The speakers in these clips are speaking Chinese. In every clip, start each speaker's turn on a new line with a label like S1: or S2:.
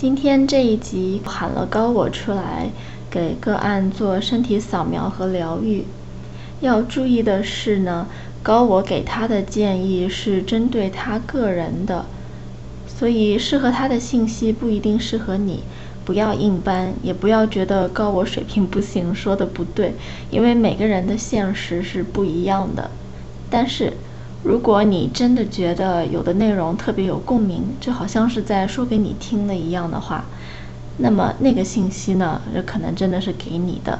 S1: 今天这一集喊了高我出来，给个案做身体扫描和疗愈。要注意的是呢，高我给他的建议是针对他个人的，所以适合他的信息不一定适合你。不要硬搬，也不要觉得高我水平不行，说的不对，因为每个人的现实是不一样的。但是，如果你真的觉得有的内容特别有共鸣，就好像是在说给你听的一样的话，那么那个信息呢，这可能真的是给你的，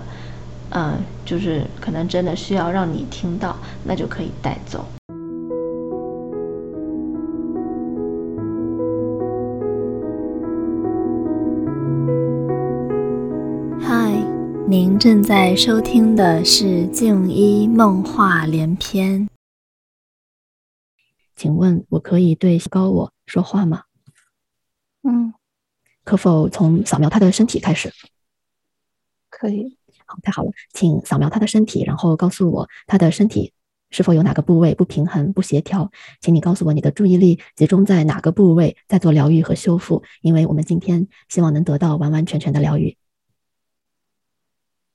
S1: 嗯，就是可能真的需要让你听到，那就可以带走。您正在收听的是《静一梦话连篇》。
S2: 请问，我可以对高我说话吗？
S3: 嗯，
S2: 可否从扫描他的身体开始？
S3: 可以。
S2: 好，太好了，请扫描他的身体，然后告诉我他的身体是否有哪个部位不平衡、不协调。请你告诉我你的注意力集中在哪个部位，在做疗愈和修复，因为我们今天希望能得到完完全全的疗愈。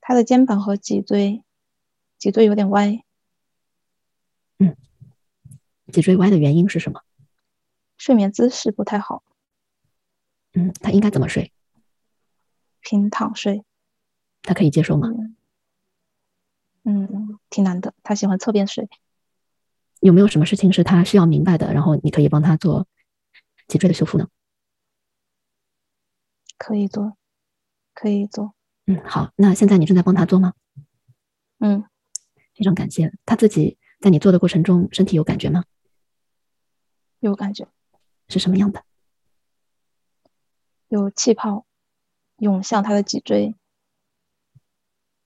S3: 他的肩膀和脊椎，脊椎有点歪。
S2: 嗯，脊椎歪的原因是什么？
S3: 睡眠姿势不太好。
S2: 嗯，他应该怎么睡？
S3: 平躺睡。
S2: 他可以接受吗？
S3: 嗯,嗯，挺难的。他喜欢侧边睡。
S2: 有没有什么事情是他需要明白的？然后你可以帮他做脊椎的修复呢？
S3: 可以做，可以做。
S2: 嗯，好，那现在你正在帮他做吗？
S3: 嗯，
S2: 非常感谢。他自己在你做的过程中，身体有感觉吗？
S3: 有感觉，
S2: 是什么样的？
S3: 有气泡涌向他的脊椎。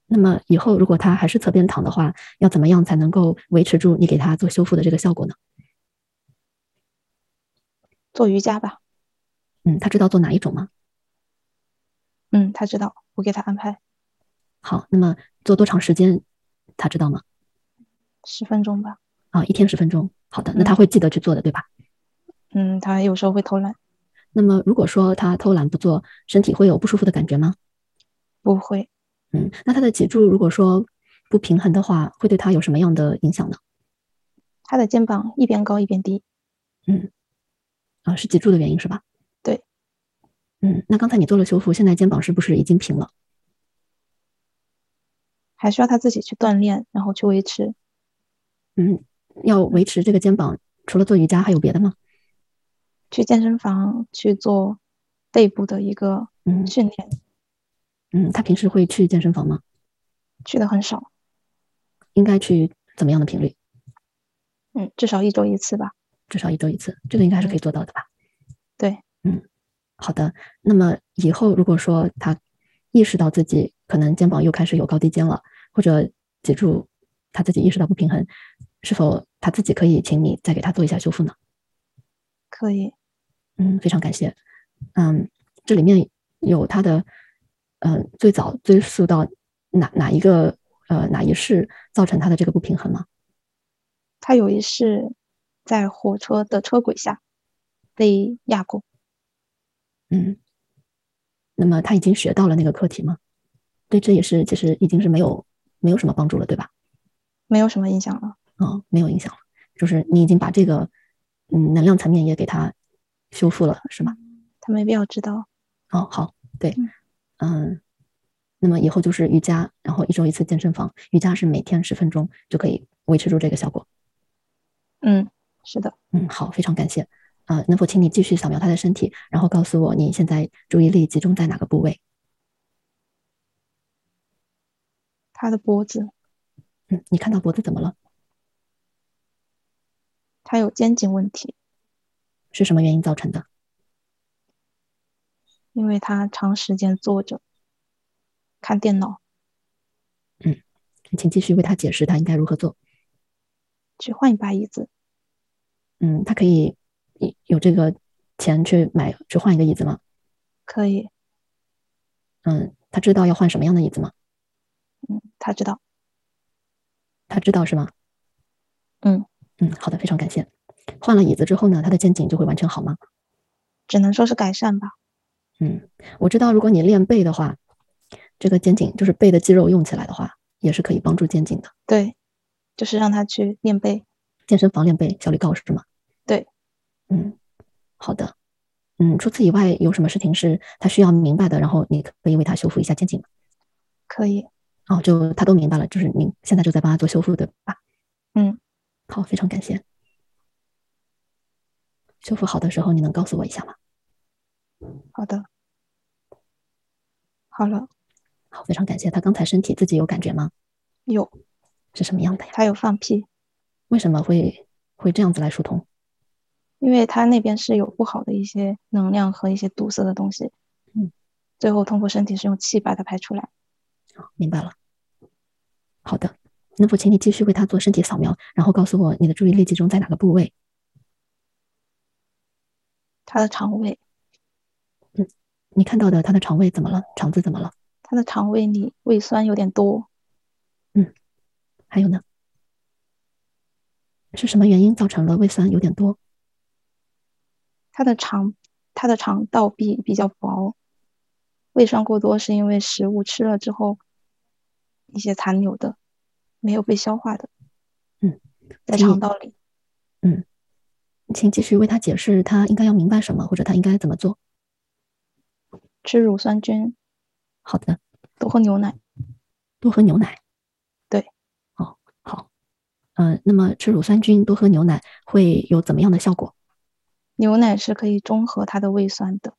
S2: 那么以后如果他还是侧边躺的话，要怎么样才能够维持住你给他做修复的这个效果呢？
S3: 做瑜伽吧。
S2: 嗯，他知道做哪一种吗？
S3: 嗯，他知道，我给他安排。
S2: 好，那么做多长时间？他知道吗？
S3: 十分钟吧。
S2: 啊、哦，一天十分钟。好的，那他会记得去做的，嗯、对吧？
S3: 嗯，他有时候会偷懒。
S2: 那么如果说他偷懒不做，身体会有不舒服的感觉吗？
S3: 不会。
S2: 嗯，那他的脊柱如果说不平衡的话，会对他有什么样的影响呢？
S3: 他的肩膀一边高一边低。
S2: 嗯，啊、哦，是脊柱的原因是吧？嗯，那刚才你做了修复，现在肩膀是不是已经平了？
S3: 还需要他自己去锻炼，然后去维持。
S2: 嗯，要维持这个肩膀，除了做瑜伽，还有别的吗？
S3: 去健身房去做背部的一个训练。
S2: 嗯,嗯，他平时会去健身房吗？
S3: 去的很少。
S2: 应该去怎么样的频率？
S3: 嗯，至少一周一次吧。
S2: 至少一周一次，这个应该是可以做到的吧？
S3: 对，
S2: 嗯。好的，那么以后如果说他意识到自己可能肩膀又开始有高低肩了，或者脊柱他自己意识到不平衡，是否他自己可以请你再给他做一下修复呢？
S3: 可以，
S2: 嗯，非常感谢。嗯，这里面有他的，嗯、呃，最早追溯到哪哪一个呃哪一世造成他的这个不平衡吗？
S3: 他有一世在火车的车轨下被压过。
S2: 嗯，那么他已经学到了那个课题吗？对，这也是其实已经是没有没有什么帮助了，对吧？
S3: 没有什么影响了。
S2: 哦，没有影响了，就是你已经把这个嗯能量层面也给他修复了，是吗？
S3: 他没必要知道。
S2: 哦，好，对，嗯,嗯，那么以后就是瑜伽，然后一周一次健身房，瑜伽是每天十分钟就可以维持住这个效果。
S3: 嗯，是的。
S2: 嗯，好，非常感谢。啊、呃，能否请你继续扫描他的身体，然后告诉我你现在注意力集中在哪个部位？
S3: 他的脖子。
S2: 嗯，你看到脖子怎么了？
S3: 他有肩颈问题。
S2: 是什么原因造成的？
S3: 因为他长时间坐着看电脑。
S2: 嗯，请继续为他解释他应该如何做。
S3: 去换一把椅子。
S2: 嗯，他可以。有这个钱去买去换一个椅子吗？
S3: 可以。
S2: 嗯，他知道要换什么样的椅子吗？
S3: 嗯，他知道。
S2: 他知道是吗？
S3: 嗯
S2: 嗯，好的，非常感谢。换了椅子之后呢，他的肩颈就会完全好吗？
S3: 只能说是改善吧。
S2: 嗯，我知道，如果你练背的话，这个肩颈就是背的肌肉用起来的话，也是可以帮助肩颈的。
S3: 对，就是让他去练背。
S2: 健身房练背效率高是吗？
S3: 对，
S2: 嗯，好的。嗯，除此以外，有什么事情是他需要明白的？然后你可以为他修复一下肩颈吗？
S3: 可以，
S2: 哦，就他都明白了，就是你现在就在帮他做修复，对吧？
S3: 嗯，
S2: 好，非常感谢。修复好的时候，你能告诉我一下吗？
S3: 好的。好了，
S2: 好，非常感谢。他刚才身体自己有感觉吗？
S3: 有，
S2: 是什么样的呀？
S3: 他有放屁，
S2: 为什么会会这样子来疏通？
S3: 因为他那边是有不好的一些能量和一些堵塞的东西，
S2: 嗯，
S3: 最后通过身体是用气把它排出来。
S2: 好，啊明白了。好的，那否请你继续为他做身体扫描，然后告诉我你的注意力集中在哪个部位？
S3: 他的肠胃，
S2: 你看到的他的肠胃怎么了？肠子怎么了？
S3: 他的肠胃里胃酸有点多，
S2: 还有呢？是什么原因造成了胃酸有点多？
S3: 他的肠他的肠道壁比较薄，胃酸过多是因为食物吃了之后一些残留的没有被消化的，
S2: 嗯，
S3: 在
S2: 所以
S3: 肠道里。
S2: 请继续为他解释，他应该要明白什么，或者他应该怎么做。
S3: 吃乳酸菌，
S2: 好的，
S3: 多喝牛奶。
S2: 多喝牛奶。
S3: 对，
S2: 哦，好，嗯、那么吃乳酸菌，多喝牛奶会有怎么样的效果？
S3: 牛奶是可以中和它的胃酸的，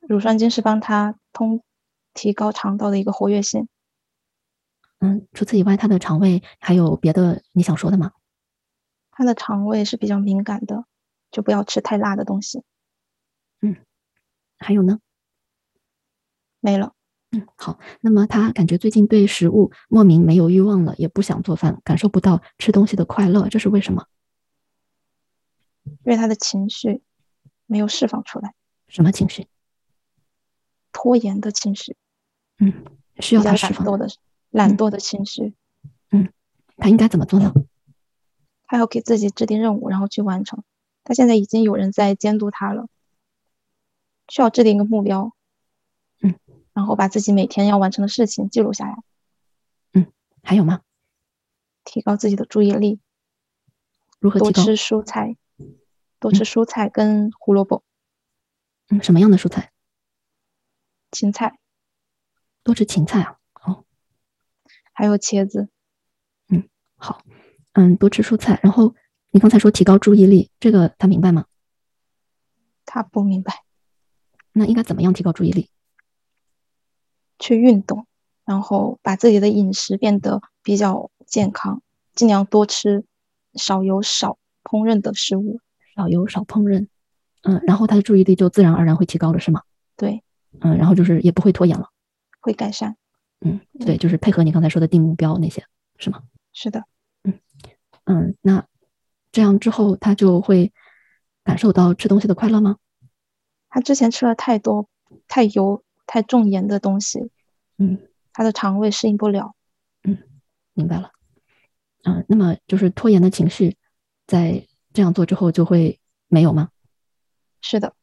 S3: 乳酸菌是帮它通提高肠道的一个活跃性。
S2: 嗯，除此以外，他的肠胃还有别的你想说的吗？
S3: 它的肠胃是比较敏感的，就不要吃太辣的东西。
S2: 还有呢？
S3: 没了，
S2: 嗯，好。那么他感觉最近对食物莫名没有欲望了，也不想做饭，感受不到吃东西的快乐，这是为什么？
S3: 因为他的情绪没有释放出来，
S2: 什么情绪？
S3: 拖延的情绪，
S2: 嗯，需要
S3: 比较
S2: 他
S3: 懒
S2: 释放嗯
S3: 惰的懒惰的情绪，
S2: 他应该怎么做呢？
S3: 他要给自己制定任务，然后去完成。他现在已经有人在监督他了，需要制定一个目标，
S2: 嗯，
S3: 然后把自己每天要完成的事情记录下来，
S2: 还有吗？
S3: 提高自己的注意力。
S2: 如何
S3: 多
S2: 提高？
S3: 吃蔬菜，多吃蔬菜跟胡萝卜、
S2: 嗯，什么样的蔬菜？
S3: 芹菜，
S2: 多吃芹菜啊。
S3: 还有茄子。
S2: 好，嗯，多吃蔬菜。然后你刚才说提高注意力，这个他明白吗？
S3: 他不明白，
S2: 那应该怎么样提高注意力？
S3: 去运动，然后把自己的饮食变得比较健康，尽量多吃少油少烹饪的食物。
S2: 少油少烹饪，嗯，然后他的注意力就自然而然会提高了，是吗？
S3: 对，
S2: 嗯，然后就是也不会拖延了。
S3: 会改善。
S2: 嗯，对，就是配合你刚才说的定目标那些，是吗？
S3: 是的，
S2: 嗯，那这样之后他就会感受到吃东西的快乐吗？
S3: 他之前吃了太多太油、太重盐的东西，
S2: 嗯，
S3: 他的肠胃适应不了。
S2: 明白了。嗯，那么就是拖延的情绪，在这样做之后就会没有吗？
S3: 是的，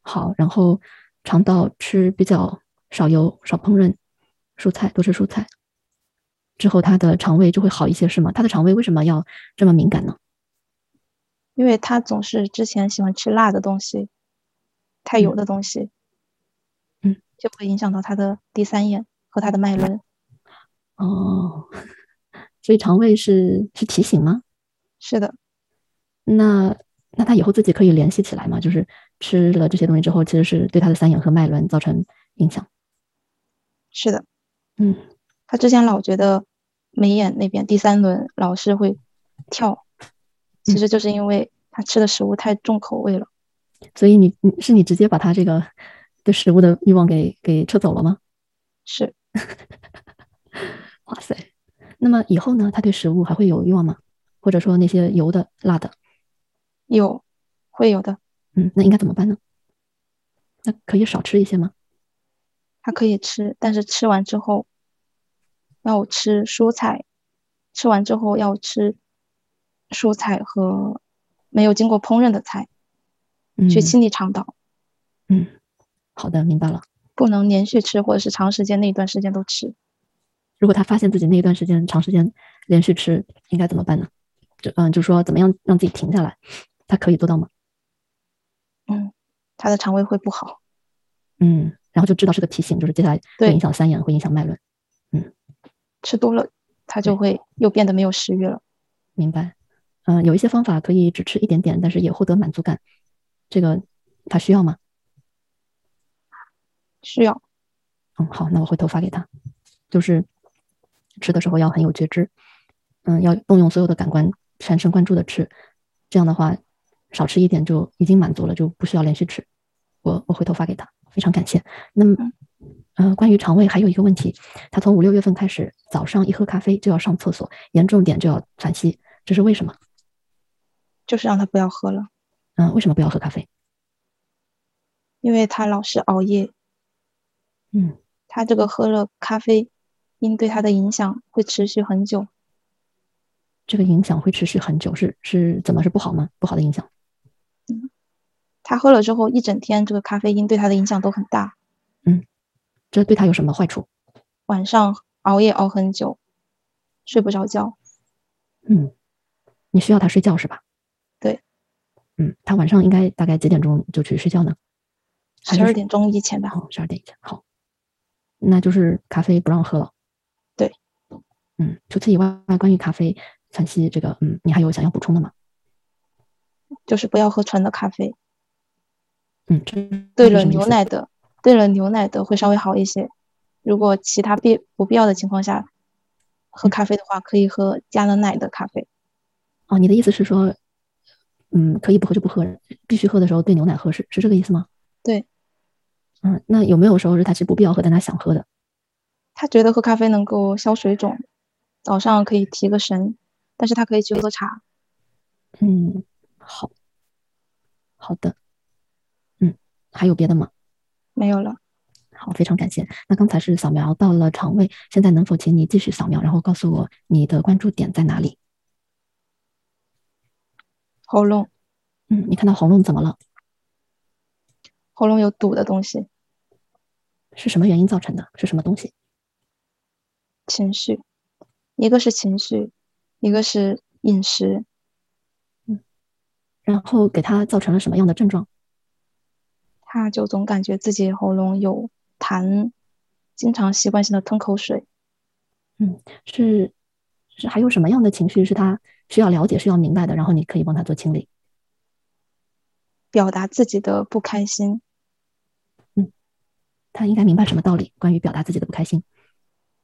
S2: 好，然后肠道吃比较少油、少烹饪，蔬菜多吃蔬菜，之后他的肠胃就会好一些，是吗？他的肠胃为什么要这么敏感呢？
S3: 因为他总是之前喜欢吃辣的东西，太油
S2: 嗯
S3: 的东西，
S2: 嗯，
S3: 就会影响到他的第三眼和他的脉轮。
S2: 哦， 所以肠胃是是提醒吗？
S3: 是的，
S2: 那那他以后自己可以联系起来吗？就是吃了这些东西之后，其实是对他的三眼和脉轮造成影响。
S3: 是的，
S2: 嗯，
S3: 他之前老觉得眉眼那边第三轮老是会跳，其
S2: 嗯
S3: 实就是因为他吃的食物太重口味了。
S2: 所以你你是你直接把他这个对食物的欲望给给撤走了吗？
S3: 是
S2: 哇塞，那么以后呢，他对食物还会有欲望吗？或者说那些油的、辣的，
S3: 有，会有的，
S2: 嗯，那应该怎么办呢？那可以少吃一些吗？
S3: 他可以吃，但是吃完之后要吃蔬菜，吃完之后要吃蔬菜和没有经过烹饪的菜，
S2: 嗯，
S3: 去清理肠道。
S2: 嗯，好的，明白了。
S3: 不能连续吃，或者是长时间那一段时间都吃。
S2: 如果他发现自己那一段时间长时间连续吃，应该怎么办呢？就嗯，就说怎么样让自己停下来，他可以做到吗？
S3: 嗯，他的肠胃会不好。
S2: 嗯，然后就知道是个提醒，就是接下来会
S3: 对
S2: 影响三阳，会影响脉轮。
S3: 吃多了，他就会又变得没有食欲了。
S2: 明白。嗯、有一些方法可以只吃一点点，但是也获得满足感。这个他需要吗？
S3: 需要
S2: 嗯，好，那我回头发给他。就是吃的时候要很有觉知，嗯，要动用所有的感官，全神贯注的吃。这样的话，少吃一点就已经满足了，就不需要连续吃。我我回头发给他，非常感谢。那么
S3: 嗯，
S2: 呃，关于肠胃还有一个问题，他从五六月份开始，早上一喝咖啡就要上厕所，严重点就要喘息，这是为什么？
S3: 就是让他不要喝了，
S2: 嗯、为什么不要喝咖啡？
S3: 因为他老是熬夜，
S2: 嗯
S3: 他这个喝了咖啡因对他的影响会持续很久，
S2: 这个影响会持续很久，是是怎么是不好吗？不好的影响。
S3: 他喝了之后一整天，这个咖啡因对他的影响都很大。
S2: 这对他有什么坏处？
S3: 晚上熬夜熬很久，睡不着觉，
S2: 嗯，你需要他睡觉是吧？
S3: 对。
S2: 嗯，他晚上应该大概几点钟就去睡觉呢？还
S3: 十
S2: 哎是
S3: 二点钟以前吧。
S2: 好，十二点以前。好，那就是咖啡不让喝了。
S3: 对。
S2: 嗯，除此以外，关于咖啡、喘息这个，嗯，你还有想要补充的吗？
S3: 就是不要喝纯的咖啡。
S2: 嗯，这
S3: 兑
S2: 是
S3: 了
S2: 什么意
S3: 牛
S2: 思
S3: 奶的，兑了牛奶的会稍微好一些。如果其他必不必要的情况下喝
S2: 嗯
S3: 咖啡的话，可以喝加了奶的咖啡。
S2: 哦，你的意思是说，嗯，可以不喝就不喝，必须喝的时候兑牛奶喝，是是这个意思吗？
S3: 对。
S2: 嗯，那有没有时候是他其实不必要喝，但他想喝的？
S3: 他觉得喝咖啡能够消水肿，早上可以提个神，但是他可以去喝茶。
S2: 嗯，好，好的，嗯，还有别的吗？
S3: 没有了，
S2: 好，非常感谢。那刚才是扫描到了肠胃，现在能否请你继续扫描，然后告诉我你的关注点在哪里？
S3: 喉咙
S2: 嗯，你看到喉咙怎么了？
S3: 喉咙有堵的东西，
S2: 是什么原因造成的？是什么东西？
S3: 情绪，一个是情绪，一个是饮食，
S2: 然后给他造成了什么样的症状？
S3: 他就总感觉自己喉咙有痰，经常习惯性的吞口水。
S2: 是是还有什么样的情绪是他需要了解、需要明白的？然后你可以帮他做清理。
S3: 表达自己的不开心，
S2: 他应该明白什么道理？关于表达自己的不开心。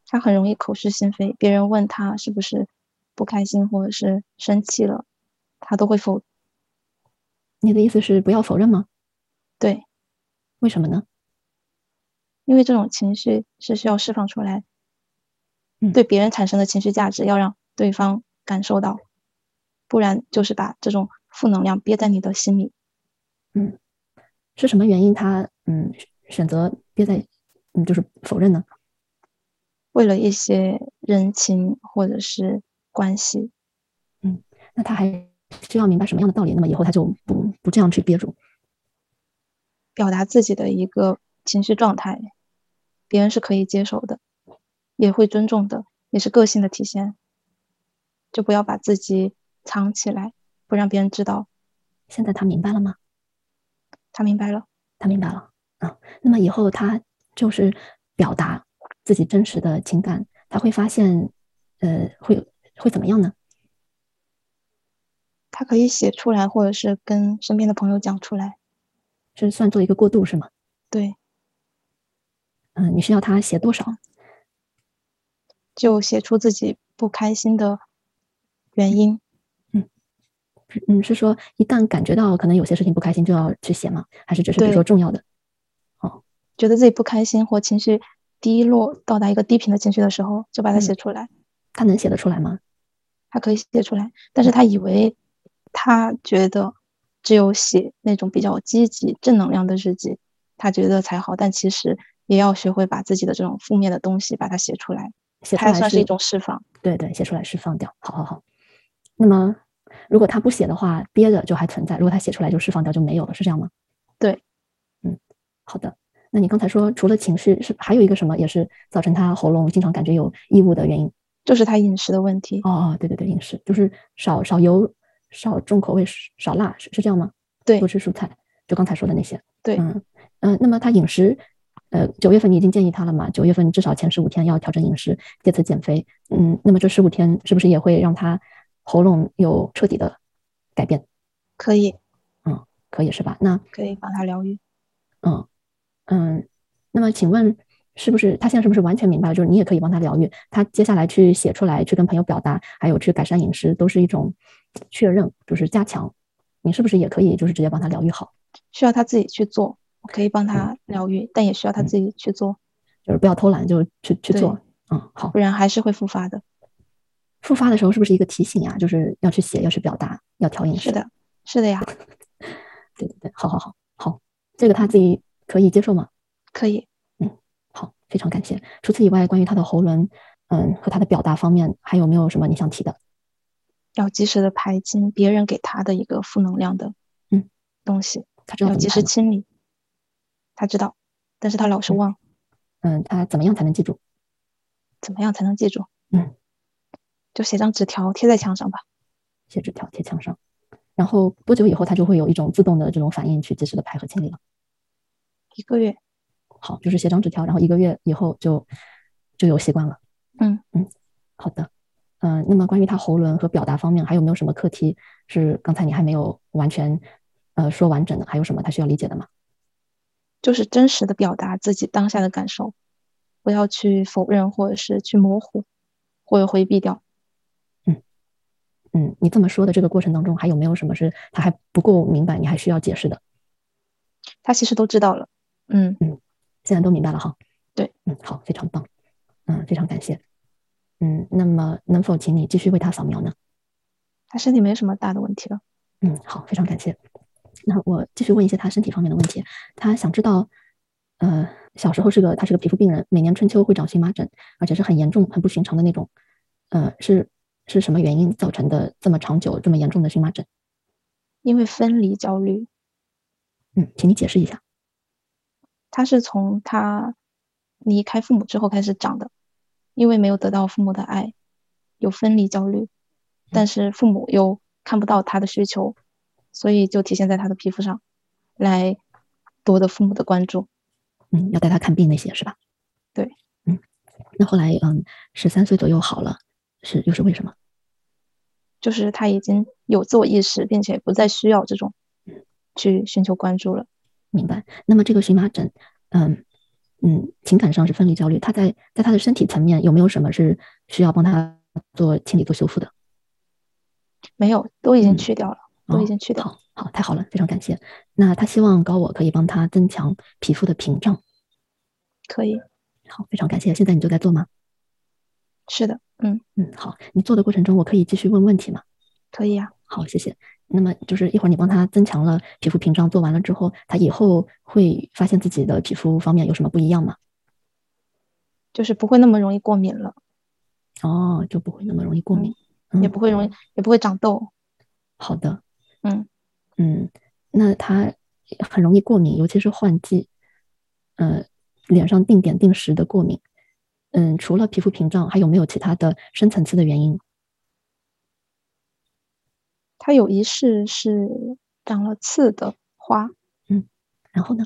S3: 他很容易口是心非。别人问他是不是不开心或者是生气了，他都会否
S2: 你的意思是不要否认吗？
S3: 对，
S2: 为什么呢？
S3: 因为这种情绪是需要释放出来，
S2: 嗯
S3: 对别人产生的情绪价值要让对方感受到，不然就是把这种负能量憋在你的心里。
S2: 是什么原因他嗯选择憋在嗯就是否认呢？
S3: 为了一些人情或者是关系，
S2: 那他还需要明白什么样的道理？那么以后他就不不这样去憋住。
S3: 表达自己的一个情绪状态，别人是可以接受的，也会尊重的，也是个性的体现。就不要把自己藏起来，不让别人知道。
S2: 现在他明白了吗？
S3: 他明白了，
S2: 他明白了啊。那么以后他就是表达自己真实的情感，他会发现，呃，会会怎么样呢？
S3: 他可以写出来，或者是跟身边的朋友讲出来。
S2: 是算做一个过渡是吗？
S3: 对，
S2: 嗯、你需要他写多少？
S3: 就写出自己不开心的原因。
S2: 嗯，是说一旦感觉到可能有些事情不开心就要去写吗？还是只是比如
S3: 对
S2: 说重要的？
S3: 觉得自己不开心或情绪低落，到达一个低频的情绪的时候，就把它
S2: 嗯
S3: 写出来。
S2: 他能写得出来吗？
S3: 他可以写出来，但是他以为他觉得只有写那种比较积极正能量的日记，他觉得才好，但其实也要学会把自己的这种负面的东西把它写出来，
S2: 写出
S3: 它
S2: 来
S3: 也算是一种释放。
S2: 对对，写出来释放掉。好好好。那么，如果他不写的话，憋着就还存在；如果他写出来就释放掉，就没有了，是这样吗？
S3: 对，
S2: 嗯，好的，那你刚才说除了情绪，是还有一个什么也是造成他喉咙经常感觉有异物的原因？
S3: 就是他饮食的问题。
S2: 哦哦，对对对，饮食就是少少油、少重口味、少辣，是是这样吗？
S3: 对
S2: 多吃蔬菜，就刚才说的那些。
S3: 对
S2: 嗯嗯、呃那么他饮食，呃，九月份你已经建议他了嘛？九月份至少前十五天要调整饮食，借此减肥。嗯，那么这十五天是不是也会让他喉咙有彻底的改变？
S3: 可以
S2: 可以是吧？那
S3: 可以帮他疗愈。
S2: 嗯嗯，那么请问，是不是他现在是不是完全明白了？就是你也可以帮他疗愈，他接下来去写出来，去跟朋友表达，还有去改善饮食，都是一种确认，就是加强。你是不是也可以就是直接帮他疗愈好？
S3: 需要他自己去做，我可以帮他疗愈，但也需要他自己去做，
S2: 就是不要偷懒，就去去
S3: 对
S2: 做。嗯，好
S3: 不。然还是会复发的。
S2: 复发的时候是不是一个提醒呀？就是要去写，要去表达，要调饮食。
S3: 是的，是的呀，
S2: 对对对，好好好好，这个他自己可以接受吗？
S3: 可以。
S2: 好，非常感谢。除此以外，关于他的喉轮，嗯，和他的表达方面，还有没有什么你想提的？
S3: 要及时的排清别人给他的一个负能量的
S2: 嗯
S3: 东西，
S2: 他知道
S3: 要
S2: 怎
S3: 及
S2: 么办
S3: 时
S2: 吗？
S3: 清理。他知道，但是他老是
S2: 嗯
S3: 忘，
S2: 嗯，他怎么样才能记住？
S3: 怎么样才能记住？
S2: 嗯，
S3: 就写张纸条贴在墙上吧。
S2: 写纸条贴墙上，然后多久以后他就会有一种自动的这种反应去及时的排和清理了？
S3: 一个月，
S2: 好，就是写张纸条，然后一个月以后就就有习惯了。
S3: 嗯
S2: 嗯，好的。嗯、那么关于他喉轮和表达方面，还有没有什么课题是刚才你还没有完全呃说完整的？还有什么他需要理解的吗？
S3: 就是真实的表达自己当下的感受，不要去否认或者是去模糊，或者回避掉。
S2: 嗯，你这么说的这个过程当中，还有没有什么是他还不够明白，你还需要解释的？
S3: 他其实都知道了，嗯，
S2: 现在都明白了哈。
S3: 对，
S2: 嗯，好，非常棒，嗯，非常感谢。嗯，那么能否请你继续为他扫描呢？
S3: 他身体没什么大的问题了。
S2: 嗯，好，非常感谢。那我继续问一些他身体方面的问题。他想知道，呃，小时候是个他是个皮肤病人，每年春秋会长荨麻疹，而且是很严重、很不寻常的那种。呃，是是什么原因造成的这么长久、这么严重的荨麻疹？
S3: 因为分离焦虑，
S2: 嗯，请你解释一下。
S3: 他是从他离开父母之后开始长的，因为没有得到父母的爱，有分离焦虑，
S2: 嗯
S3: 但是父母又看不到他的需求，所以就体现在他的皮肤上，来夺得父母的关注。
S2: 嗯，要带他看病那些是吧？
S3: 对，
S2: 嗯，那后来嗯，十三岁左右好了，是又是为什么？
S3: 就是他已经有自我意识，并且不再需要这种去寻求关注了。
S2: 明白。那么这个荨麻疹，嗯嗯，情感上是分离焦虑，他在在他的身体层面有没有什么是需要帮他做清理、做修复的？
S3: 没有，都已经
S2: 嗯
S3: 去掉了，
S2: 哦
S3: 都已经去掉了。
S2: 好，好，太好了，非常感谢。那他希望高我可以帮他增强皮肤的屏障。
S3: 可以，
S2: 好，非常感谢。现在你就在做吗？
S3: 是的，嗯，
S2: 嗯，好。你做的过程中，我可以继续问问题吗？
S3: 可以啊呀、
S2: 好，谢谢。那么就是一会儿你帮他增强了皮肤屏障，做完了之后，他以后会发现自己的皮肤方面有什么不一样吗？
S3: 就是不会那么容易过敏了，
S2: 哦，就不会那么容易过敏，嗯
S3: 也不会容易，也不会长痘。
S2: 好的，
S3: 嗯
S2: 嗯，那他很容易过敏，尤其是换季，呃，脸上定点定时的过敏。嗯，除了皮肤屏障，还有没有其他的深层次的原因？
S3: 它有一世是长了刺的花，
S2: 然后呢？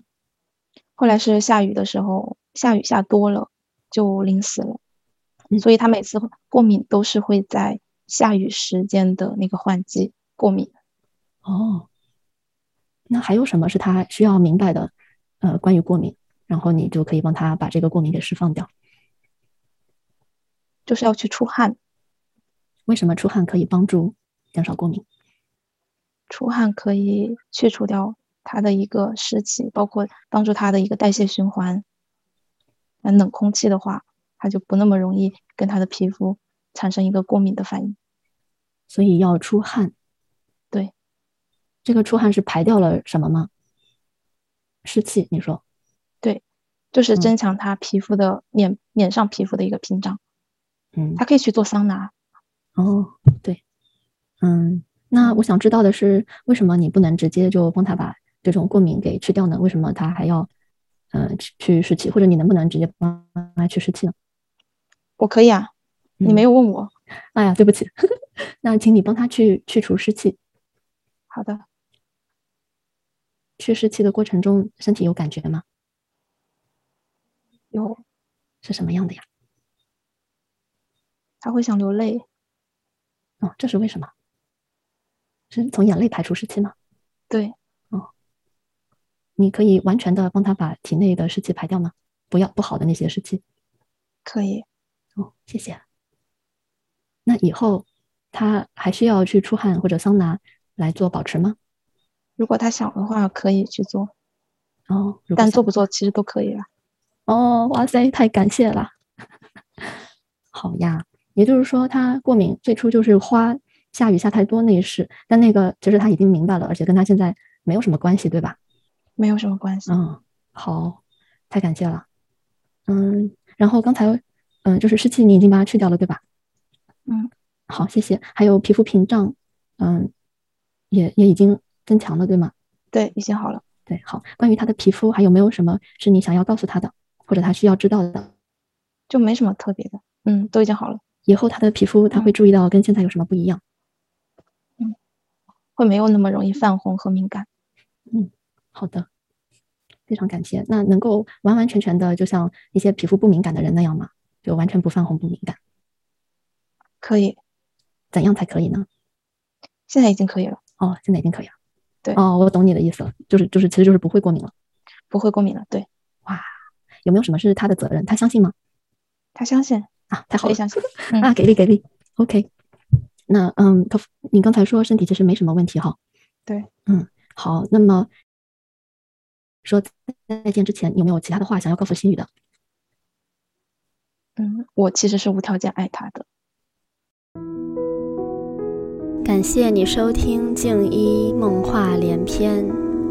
S3: 后来是下雨的时候，下雨下多了就淋死了，
S2: 嗯
S3: 所以他每次会过敏都是会在下雨时间的那个换季过敏。
S2: 哦，那还有什么是他需要明白的？呃，关于过敏，然后你就可以帮他把这个过敏给释放掉。
S3: 就是要去出汗，
S2: 为什么出汗可以帮助减少过敏？
S3: 出汗可以去除掉它的一个湿气，包括帮助它的一个代谢循环。那冷空气的话，它就不那么容易跟它的皮肤产生一个过敏的反应。
S2: 所以要出汗。
S3: 对，
S2: 这个出汗是排掉了什么吗？湿气，你说。
S3: 就是
S2: 嗯
S3: 增强它皮肤的脸脸上皮肤的一个屏障，
S2: 嗯，
S3: 它可以去做桑拿，
S2: 哦，对，嗯，那我想知道的是，为什么你不能直接就帮他把这种过敏给去掉呢？为什么他还要呃去去湿气，或者你能不能直接帮他去湿气呢？
S3: 我可以啊，你没
S2: 有？
S3: 有问我。
S2: 哎呀，对不起， 那请你帮他去去除湿气。
S3: 好的，
S2: 去湿气的过程中，身体有感觉吗？
S3: 有
S2: 是什么样的呀？
S3: 他会想流泪，
S2: 哦，这是为什么？是从眼泪排出湿气吗？
S3: 对，
S2: 你可以完全的帮他把体内的湿气排掉吗？不要不好的那些湿气。
S3: 可以，
S2: 哦，谢谢。那以后他还需要去出汗或者桑拿来做保持吗？
S3: 如果他想的话可以去做，
S2: 哦，如果
S3: 但
S2: 想
S3: 做不做其实都可以啦。
S2: 哦，哇塞，太感谢了。 好呀，也就是说，他过敏最初就是花下雨下太多那一事，但那个就是他已经明白了，而且跟他现在没有什么关系，对吧？
S3: 没有什么关系。
S2: 嗯，好，太感谢了。嗯，然后刚才，嗯，就是湿气你已经把它去掉了，对吧？
S3: 嗯，
S2: 好，谢谢。还有皮肤屏障，嗯，也也已经增强了，对吗？
S3: 对，已经好了。
S2: 对，好。关于他的皮肤，还有没有什么是你想要告诉他的，或者他需要知道的？
S3: 就没什么特别的，嗯，都已经好了，
S2: 以后他的皮肤他会注意到跟现在有什么不一样？
S3: 会没有那么容易泛红和敏感。
S2: 好的，非常感谢。那能够完完全全的，就像一些皮肤不敏感的人那样吗？就完全不泛红、不敏感，
S3: 可以，
S2: 怎样才可以呢？
S3: 现在已经可以了，
S2: 哦，现在已经可以了。
S3: 对
S2: 哦，我懂你的意思了，就是就是，其实就是不会过敏了。
S3: 不会过敏了。对
S2: 有没有什么是他的责任？他相信吗？
S3: 他相信，
S2: 啊，太好
S3: 可
S2: 了
S3: 以。相嗯信。
S2: 啊，给力给力，OK。那嗯，头，你刚才说身体其实没什么问题哈。
S3: 对，
S2: 嗯，好，那么说再见之前，有没有其他的话想要告诉心宇的？
S3: 嗯，我其实是无条件爱他的。
S4: 感谢你收听《静一梦话连篇》，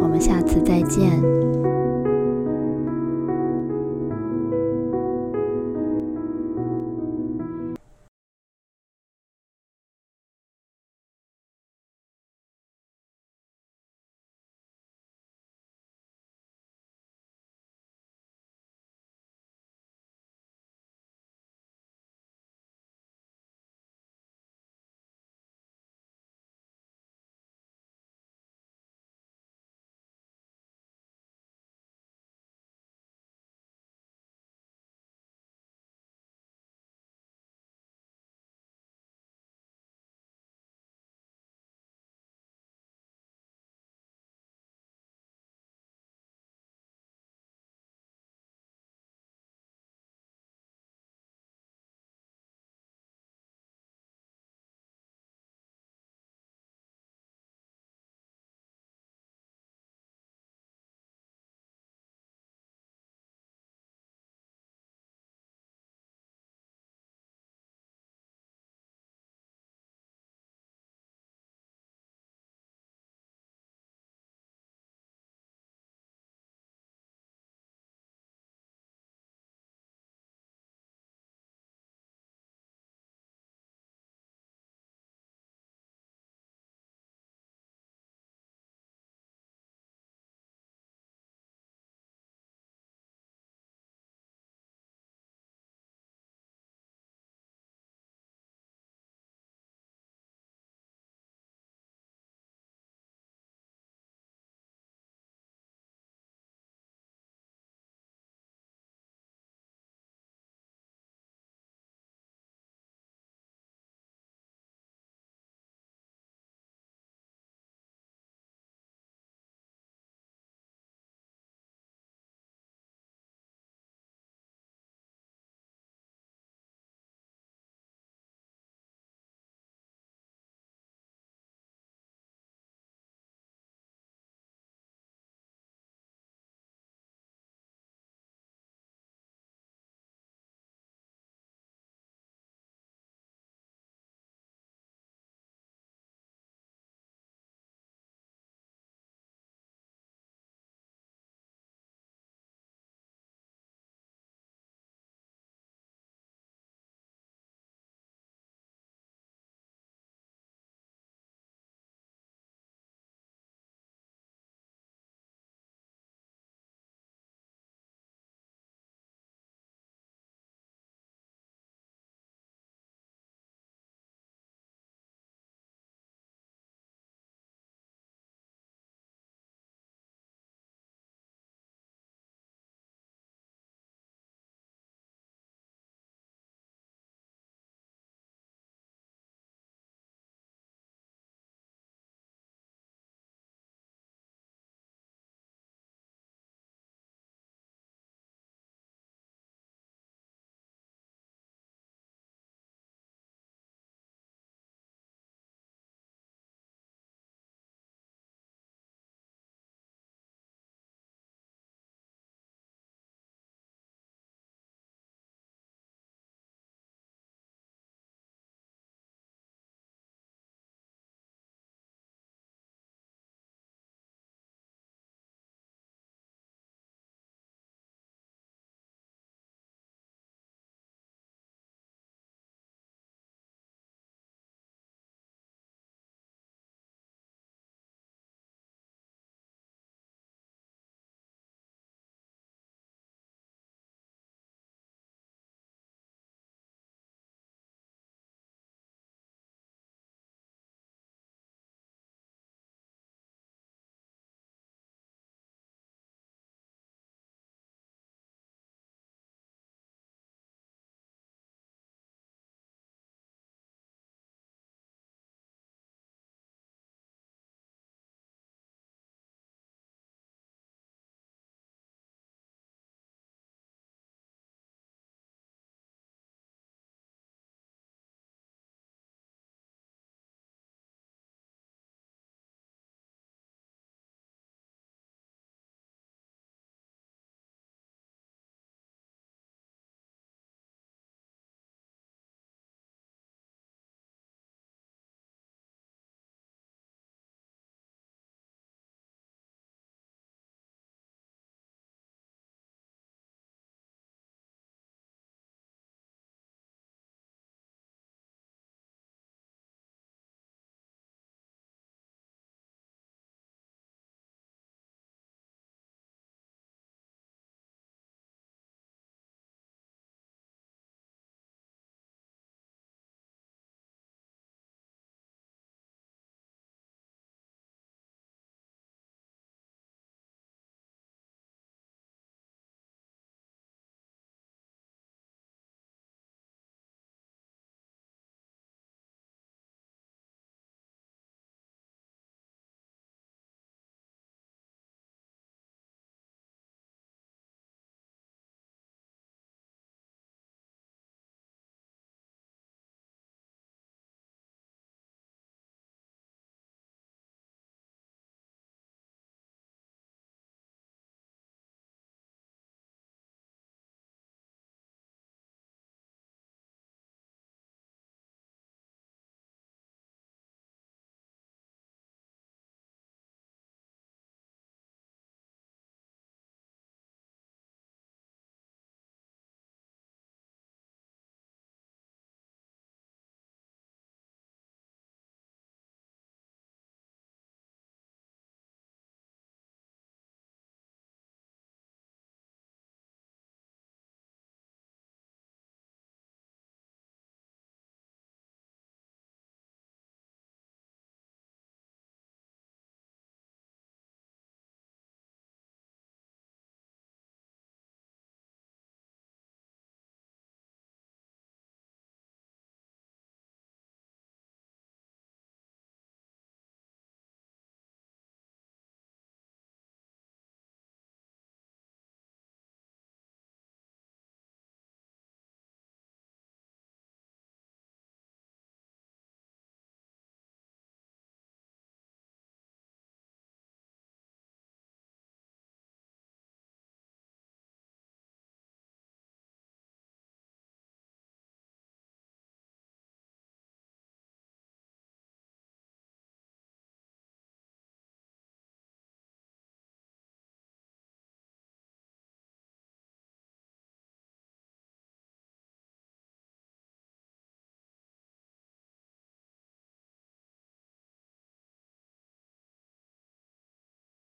S4: 我们下次再见。